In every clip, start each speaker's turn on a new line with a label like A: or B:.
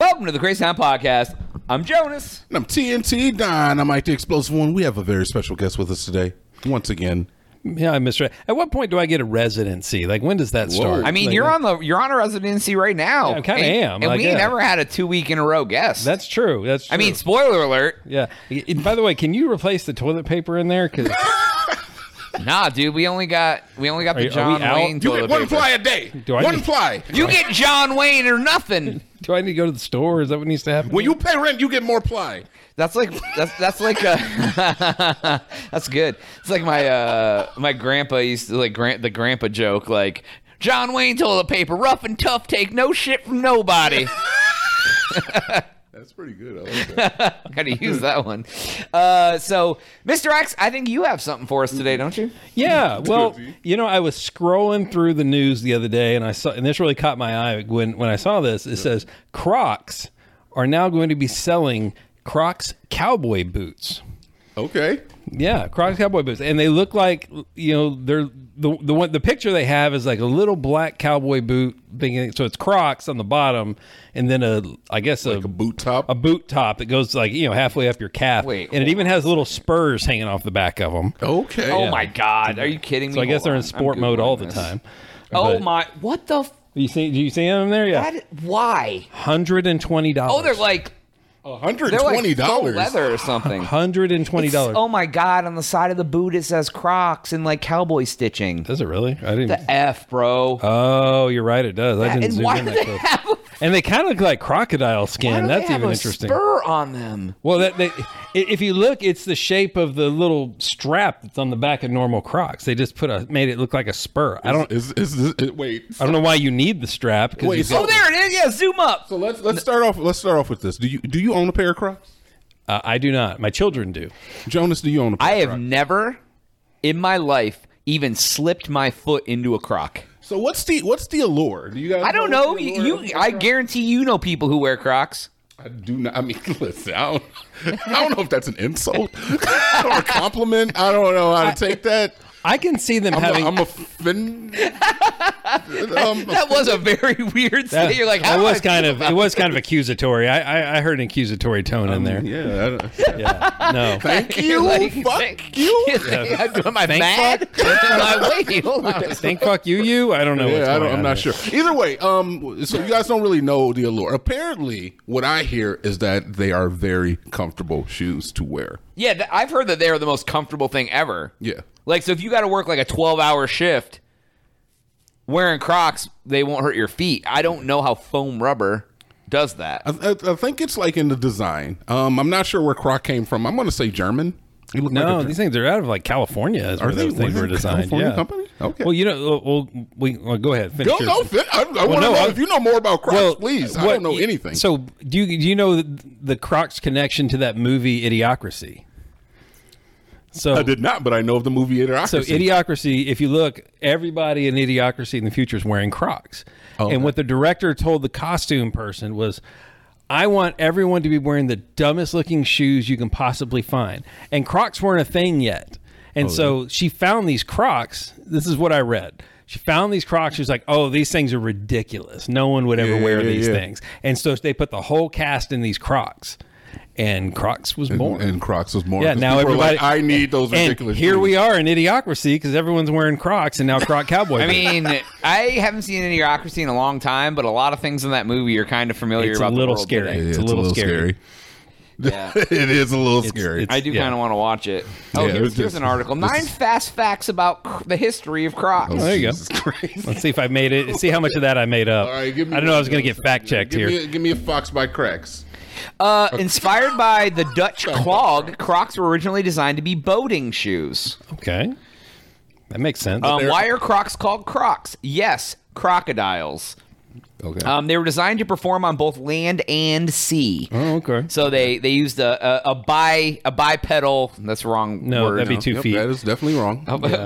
A: Welcome to the Crazy Town Podcast. I'm Jonas.
B: And I'm TNT Don. I'm Mike the Explosive One. We have a very special guest with us today. Once again,
C: Yeah, I misread. At what point do I get a residency? Like, when does that start?
A: I mean,
C: Like,
A: you're on the you're on a residency right now.
C: Yeah, I kinda
A: And-
C: am,
A: And
C: like,
A: we
C: yeah.
A: never had a two week in a row guest.
C: That's true. That's. True.
A: I mean, spoiler alert.
C: yeah. And by the way, can you replace the toilet paper in there? Because
A: Nah, dude, we only got we only got
C: Are
A: the
C: you- are
A: John
C: we out?
A: Wayne.
B: you
A: toilet
B: get one
A: paper.
B: fly a day.
C: Do I
B: one
C: need-
B: fly.
A: You get John Wayne or nothing.
C: do I need to go to the store? Is that what needs to happen?
B: When you pay rent, you get more ply.
A: That's like that's that's like a that's good. It's like my uh my grandpa used to like grant the grandpa joke like John Wayne toilet paper, rough and tough, take no shit from nobody.
B: That's pretty good. I like that.
A: Gotta use that one. Uh, so, Mr. X, I think you have something for us today, don't you?
C: Uh, Yeah, well,
B: Goofy.
C: you know, I was scrolling through the news the other day, and I saw, and this really caught my eye when when I saw this. It says Crocs are now going to be selling Crocs cowboy boots.
B: okay.
C: Yeah, Crocs cowboy boots, and they look like you know they're the the one the picture they have is like a little black cowboy boot thing. So it's Crocs on the bottom, and then a I guess
B: Like a boot top.
C: a boot top that goes like you know halfway up your calf,
A: Wait,
C: and
A: hold
C: it even has little spurs hanging off the back of them.
B: okay.
A: Oh my God, are you kidding me?
C: So I guess
A: Hold
C: they're
A: on,
C: in
A: I'm
C: sport mode all
A: Googling
C: the
A: this.
C: time.
A: Oh
C: But-
A: my, what the? F-
C: You see? Do you see them in there? Yeah,
A: that, why?
C: hundred and twenty dollars.
A: Oh, they're like they're like
B: $120.
A: faux leather or something.
C: hundred and twenty dollars.
A: oh my God! On the side of the boot it says Crocs and like cowboy stitching.
C: Does it really? I didn't.
A: The F, bro.
C: oh, you're right. It does. I didn't
A: and
C: zoom
A: why
C: in
A: do
C: that
A: they
C: close.
A: have? a-
C: And they kind of look like crocodile
A: Why
C: skin.
A: do
C: That's
A: they have
C: even
A: a
C: interesting.
A: Spur on them.
C: Well, that they, i- if you look, it's the shape of the little strap that's on the back of normal Crocs. They just put a made it look like a spur. I don't.
B: Is, is, is, is- wait.
C: I don't know why you need the strap. 'cause
B: Wait,
C: you-
B: so-
A: Oh, there it is. Yeah, zoom up.
B: So let's let's start off. Let's start off with this. Do you do you own a pair of Crocs?
C: uh, I do not. My children do.
B: Jonas, do you own a pair
A: I
B: of
A: have
B: Crocs?
A: never in my life even slipped my foot into a croc.
B: So what's the what's the allure? Do you guys
A: I don't
B: what's
A: know.
B: the allure
A: You,
B: of a
A: I
B: Croc?
A: guarantee you know people who wear Crocs.
B: I do not. I mean, listen. I don't. I don't know if that's an insult or a compliment. I don't know how to take that.
C: I can see them
B: I'm,
C: having.
B: a, I'm offended. Um,
A: That was a very weird
C: that-
A: thing. You're like,
C: that
A: how
C: was
A: do I-
C: kind of. It was kind of accusatory. I I, I heard an accusatory tone
B: Um,
C: in there.
B: yeah. I don't,
C: Yeah. No.
B: Thank
A: You're
B: you.
A: like,
B: fuck
A: thank-
B: you.
A: Am I mad? Am I- wait, hold on.
C: Think fuck you, you. I don't know. what's
B: Yeah, I
C: going
B: don't,
C: on
B: I'm not
C: here.
B: sure. Either way, um, so you guys don't really know the allure. Apparently, what I hear is that they are very comfortable shoes to wear.
A: Yeah, th- I've heard that they are the most comfortable thing ever.
B: Yeah.
A: Like, so if you got to work like a 12 hour shift, wearing Crocs, they won't hurt your feet. I don't know how foam rubber does that.
B: I, I, I think it's like in the design. Um, I'm not sure where Croc came from. I'm going to say German. He looked
C: No,
B: like a, Ger-
C: these things are out of like California. Is where
B: Are they-
C: those things
B: were
C: were
B: they a
C: designed.
B: California
C: yeah.
B: company? Okay.
C: Well, you know, well, we well, go ahead. Finish
B: don't
C: your-
B: know. Fit. I, I want to
C: no,
B: know
C: I'm-
B: if you know more about Crocs,
C: Well,
B: please. I
C: what-
B: don't know anything.
C: So, do you do you know the, the Crocs connection to that movie Idiocracy? So
B: I did not, but I know of the movie Idiocracy.
C: So Idiocracy, if you look, everybody in Idiocracy in the future is wearing Crocs.
B: Oh,
C: And what the director told the costume person was, I want everyone to be wearing the dumbest looking shoes you can possibly find. And Crocs weren't a thing
B: Oh,
C: yet. And so she found these Crocs. This is what I read. She found these Crocs. She was like, oh, these things are ridiculous. No one would ever
B: Yeah,
C: wear
B: yeah,
C: these
B: yeah.
C: things. And so they put the whole cast in these Crocs. And Crocs was born.
B: and Crocs was more.
C: Yeah,
B: 'cause
C: now
B: people were
C: everybody.
B: Like, I need those
C: and
B: ridiculous.
C: Here
B: shoes.
C: we are in idiocracy because everyone's wearing Crocs and now Croc cowboy.
A: I
C: boots.
A: mean, I haven't seen Idiocracy in a long time, but a lot of things in that movie are kind of familiar
C: it's a
A: about the
C: little
A: world
C: scary.
A: today.
C: It's, a little, scary.
A: Yeah.
B: it is a little scary.
C: it's-
A: I do
C: Yeah.
A: kind of want to watch it. Oh,
B: Yeah, it
A: here's,
B: was
A: here's
B: just-
A: an article.
B: this
A: Nine
B: is-
A: fast facts about cr- the history of Crocs.
C: there you go.
B: Jesus Christ.
C: Let's see if I made it. See how much of that I made up.
B: All right, give me
C: I don't know. I was
B: one.
C: going to get fact checked
B: give
C: here.
B: Me a, give me a fox by cracks.
A: Uh, inspired by the Dutch clog, Crocs were originally designed to be boating shoes.
C: okay, that makes sense.
A: Um, why are Crocs called Crocs? Yes, crocodiles.
B: Okay.
A: Um, they were designed to perform on both land and sea.
C: oh, okay.
A: So they, they used a, a, a bi a bipedal. That's the wrong
C: No,
A: word.
C: that'd be two
B: Yep,
C: feet.
B: that is definitely wrong.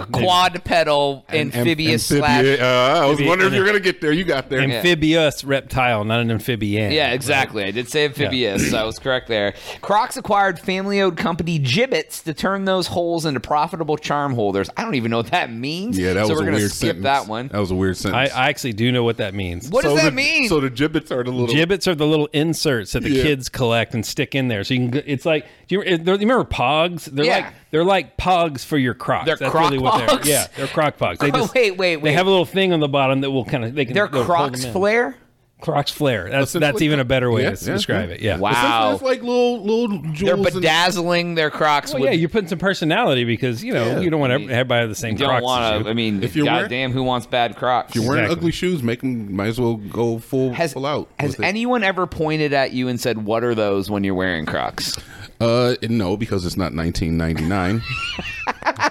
A: quadpedal amphibious slash
B: Amphibia- uh, I was
C: Amphibia-
B: wondering if you were gonna get there. You got there.
C: amphibious reptile, not an amphibian.
A: yeah exactly i did say amphibious so i was correct there crocs acquired family-owned company gibbets to turn those holes into profitable charm holders i don't even know what that means
B: Yeah, that
A: so
B: was
A: we're
B: a
A: gonna
B: weird
A: skip
B: sentence.
A: that one
B: That was a weird
C: I,
B: sentence.
C: I actually do know what that means.
A: What does
B: So
A: that
B: the,
A: mean?
B: So the gibbets are the little.
C: Gibbets are the little inserts that the
B: Yeah.
C: kids collect and stick in there. So you can. go- It's like do you, do you remember pogs? They're
A: Yeah.
C: like they're like pogs for your Crocs.
A: They're
C: That's
A: Croc
C: really what
A: Pogs?
C: they're. Yeah, they're Croc pogs. They
A: Oh,
C: just,
A: wait, wait,
C: They
A: wait.
C: have a little thing on the bottom that will kind of they can.
A: They're
C: they'll hold
A: Crocs Oh,
C: them in.
A: flare.
C: Crocs flare. That's
B: Essentially,
C: that's even a better way
B: yeah,
C: to
B: yeah,
C: describe
B: yeah.
C: it. Yeah.
A: Wow.
B: Essentially, It's like little little jewels.
A: They're
B: and-
A: bedazzling their Crocs.
C: Well,
A: with,
C: Oh, yeah, you're putting some personality because you know
B: Yeah.
C: you don't want everybody to have the same
A: you don't
C: Crocs.
A: want
C: as
A: to.
C: you.
A: I mean,
B: If
A: if
B: you're
A: you're
B: wearing-
A: goddamn, who wants bad Crocs?
B: You're wearing
C: Exactly.
B: ugly shoes. Make them. Might as well go full
A: has
B: full out.
A: has
B: with it.
A: anyone ever pointed at you and said, "What are those?" When you're wearing Crocs,
B: Uh, no, because it's not 1999.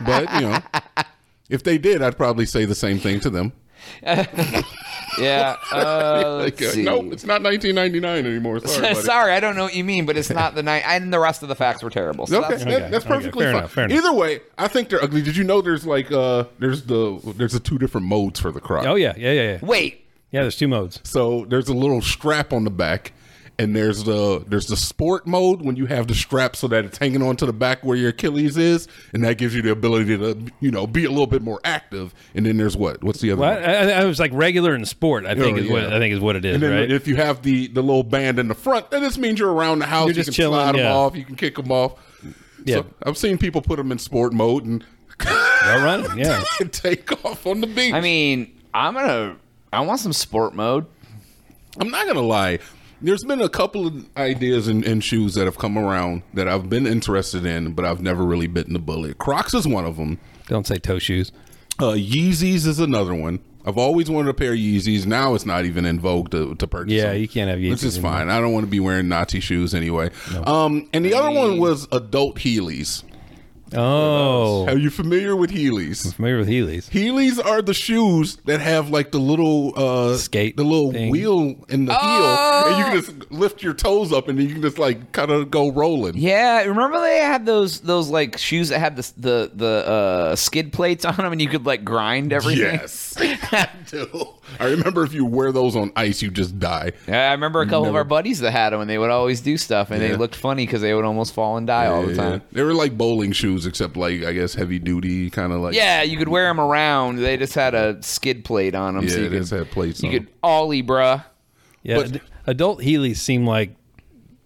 B: but you know, if they did, I'd probably say the same thing to them.
A: yeah. Uh,
B: Like,
A: let's
B: uh,
A: see.
B: no, it's not 1999 anymore. Sorry, buddy.
A: Sorry, I don't know what you mean, but it's not the night. And the rest of the facts were terrible. So
B: Okay,
A: that's,
B: that-
C: Okay,
B: that's
C: okay,
B: perfectly
C: fair
B: fine.
C: enough, fair enough.
B: Either way, I think they're ugly. Did you know there's like uh there's the there's the two different modes for the Croc.
C: Oh yeah, yeah, yeah, yeah.
A: wait,
C: Yeah, there's two modes.
B: So there's a little strap on the back, and there's the there's the sport mode when you have the strap so that it's hanging onto the back where your Achilles is, and that gives you the ability to you know be a little bit more active. And then there's what? What's the other?
C: Well,
B: one?
C: I, I- I was like regular and sport. I think
B: Oh,
C: is what
B: yeah.
C: I think is what it is,
B: And then
C: right?
B: if you have the the little band in the front, that just means you're around the house.
C: You're just
B: you can
C: chilling,
B: slide them
C: yeah.
B: off. You can kick them off.
C: Yeah.
B: So I've seen people put them in sport mode and
C: They'll run. Yeah.
B: take off on the beach.
A: I mean, I'm gonna. I want some sport mode.
B: I'm not gonna lie. There's been a couple of ideas and, and shoes that have come around that I've been interested in, but I've never really bitten the bullet. Crocs is one of them.
C: Don't say toe shoes.
B: Uh, Yeezys is another one. I've always wanted a pair of Yeezys. Now it's not even in vogue to, to purchase.
C: Yeah,
B: them,
C: you can't have
B: Which
C: Yeezys
B: is
C: anymore.
B: fine. I don't want to be wearing Nazi shoes anyway. Um, and the other one was adult Heelys.
C: Oh,
B: Are you familiar with Heelys?
C: familiar with Heelys?
B: Heelys are the shoes that have like the little uh
C: Skate
B: the little
C: thing.
B: wheel in the heel, and you can just lift your toes up, and then you can just like kind of go rolling.
A: Yeah, remember they had those those like shoes that had the the the uh, skid plates on them, and you could like grind everything.
B: Yes, I do. I remember if you wear those on ice, you just die.
A: Yeah, I remember a couple of our buddies that had them, and they would always do stuff, and
B: Yeah.
A: they looked funny because they would almost fall and die all the time.
B: They were like bowling shoes, except like I guess heavy duty kind of like
A: Yeah, you could wear them around. They just had a skid plate on them,
B: yeah.
A: so you
B: they just
A: could
B: had plates.
A: you
B: on
A: could ollie, bruh.
C: Yeah,
B: But-
C: ad- adult Heelys seem like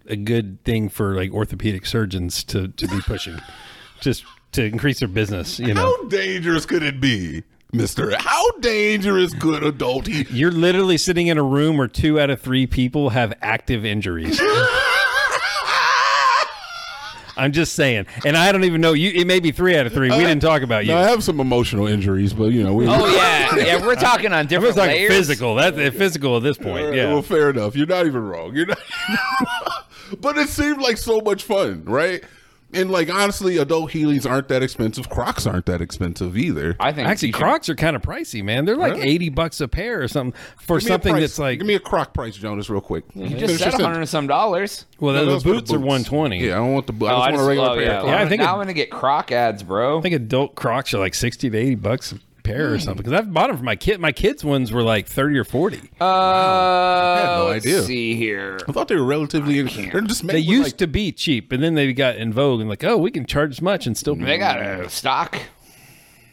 C: a good thing for like orthopedic surgeons to to be pushing, just to increase their business. You know,
B: How dangerous could it be, Mister? How dangerous could adult heel?
C: you're literally sitting in a room where two out of three people have active injuries. I'm just saying, and I don't even know you. It may be three out of three. We didn't talk about you.
B: Now, Uh, I have some emotional injuries, but you know we.
A: Oh yeah, yeah. We're talking on
C: We're
A: different
C: talking
A: layers.
C: physical. That's uh, physical at this point.
B: Well,
C: Yeah.
B: fair enough. You're not even wrong. You're not. but it seemed like so much fun, right? And like honestly, adult Heelys aren't that expensive. Crocs aren't that expensive either.
A: I think
C: Actually,
A: you should-
C: Crocs are kind of pricey, man. They're like
B: Really?
C: eighty bucks a pair or something for
B: Give me a
C: something
B: price.
C: that's like.
B: give me a Croc price, Jonas, real quick.
A: You just said a hundred and some dollars.
C: well, the,
B: No,
C: the
B: those for the
C: boots are
B: boots.
C: one twenty.
B: Yeah, I don't want the. bo- I
A: Oh,
B: just
A: I
B: want
A: just
B: a regular
A: love-
B: pair.
A: yeah.
B: of
A: well,
B: Crocs.
C: Yeah, I think
A: now
C: it-
A: I'm gonna get Croc ads, bro.
C: I think adult Crocs are like sixty to eighty bucks a pair or something. Because I've bought them for my kid. My kids' ones were like thirty or forty.
A: Uh,
B: had no
A: let's
B: idea.
A: see here.
B: I thought they were relatively. They're just made
C: they
B: with,
C: used
B: like,
C: to be cheap, and then they got in vogue and like, oh, we can charge as much and still.
A: They got
B: Mm.
A: a stock.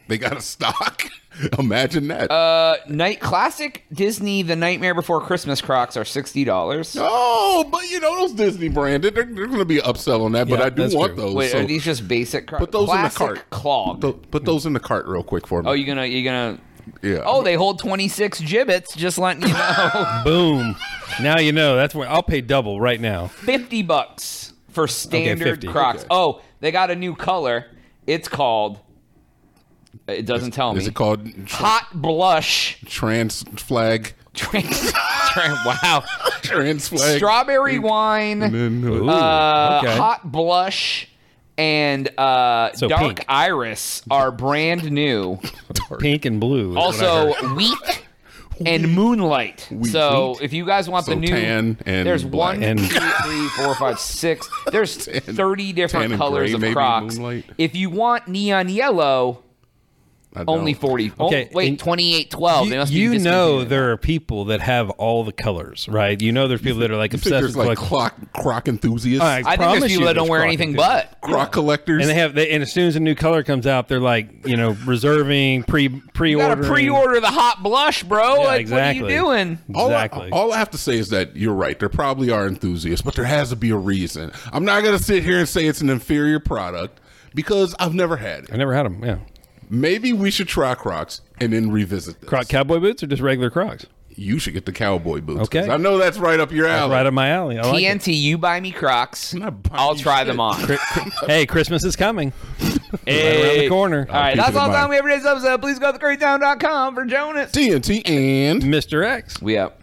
B: They got a stock. Imagine that.
A: Uh, night classic Disney The Nightmare Before Christmas Crocs are sixty dollars.
B: oh, but you know those Disney branded. They're, they're going to be an upsell on that. but
C: Yeah,
B: I do
C: that's
B: want
C: true.
B: those.
A: Wait,
B: so
A: are these just basic Crocs?
B: Put those in the
A: Classic
B: cart.
A: Clog.
B: th- put those in the cart real quick for me.
A: oh, you gonna you gonna?
B: yeah.
A: Oh, they hold twenty six gibbets. Just letting you know,
C: Boom. Now you know. That's where I'll pay double right now.
A: fifty bucks for standard
C: 50.
A: Crocs.
B: Okay.
A: Oh, they got a new color. It's called. It doesn't tell me.
B: Is it called
A: Hot blush.
B: trans flag?
A: Trans- tran- wow.
B: Trans flag.
A: Strawberry wine.
B: Mm-hmm. Ooh.
A: Uh,
C: okay.
A: Hot Blush and uh,
C: So
A: Dark
C: pink.
A: Iris are brand new.
C: Pink and blue. is what I
A: Also,
C: heard.
A: Wheat and Moonlight. so
B: Wheat.
A: if you guys want
B: So
A: the new,
B: tan and
A: there's
B: black.
A: one,
C: And-
A: two, three, four, five, six. There's thirty
B: tan
A: different
B: and
A: colors
B: gray,
A: of
B: maybe
A: Crocs.
B: Moonlight.
A: If you want neon yellow,
B: I
A: Only
B: don't.
A: forty.
C: Okay,
A: Okay, wait,
C: and
A: twenty eight twelve. oh, They
C: you,
A: must be
C: you know
A: discontinued.
C: there are people that have all the colors, right? You know there's people that are like
B: You think
C: obsessed
B: there's
C: with
B: like
C: like,
B: clock croc enthusiasts,
C: I
A: I think
C: promise
A: there's
C: you
A: people that don't
C: there's
A: wear
C: croc
A: anything
C: enthusiasts.
A: but.
B: croc collectors.
C: and they have they, and as soon as a new color comes out, they're like you know reserving pre pre
A: You
C: order
A: gotta pre-order the hot blush, bro.
C: Yeah,
A: like,
C: exactly.
A: what are you doing?
B: All I-
C: Exactly.
B: All I, have to say is that you're right. There probably are enthusiasts, but there has to be a reason. I'm not going to sit here and say it's an inferior product because I've never had
C: I
B: it.
C: never had them. Yeah,
B: Maybe we should try Crocs and then revisit this.
C: Croc cowboy boots or just regular Crocs?
B: You should get the cowboy boots.
C: Okay.
B: 'cause I know that's right up your
A: Oh.
B: alley.
C: Right up my alley. I like it.
A: TNT, you buy me Crocs.
B: not buying
A: I'll
B: you
A: try
B: shit.
A: them on.
C: Cri- cri- hey, Christmas is coming. around the
A: Hey.
C: corner.
A: All right,
B: keep it
A: that's
B: in
A: all the
B: mind.
A: time we have for today's episode. Please go to thecrazytown.com for Jonas.
B: TNT and
C: Mr. X.
A: We up.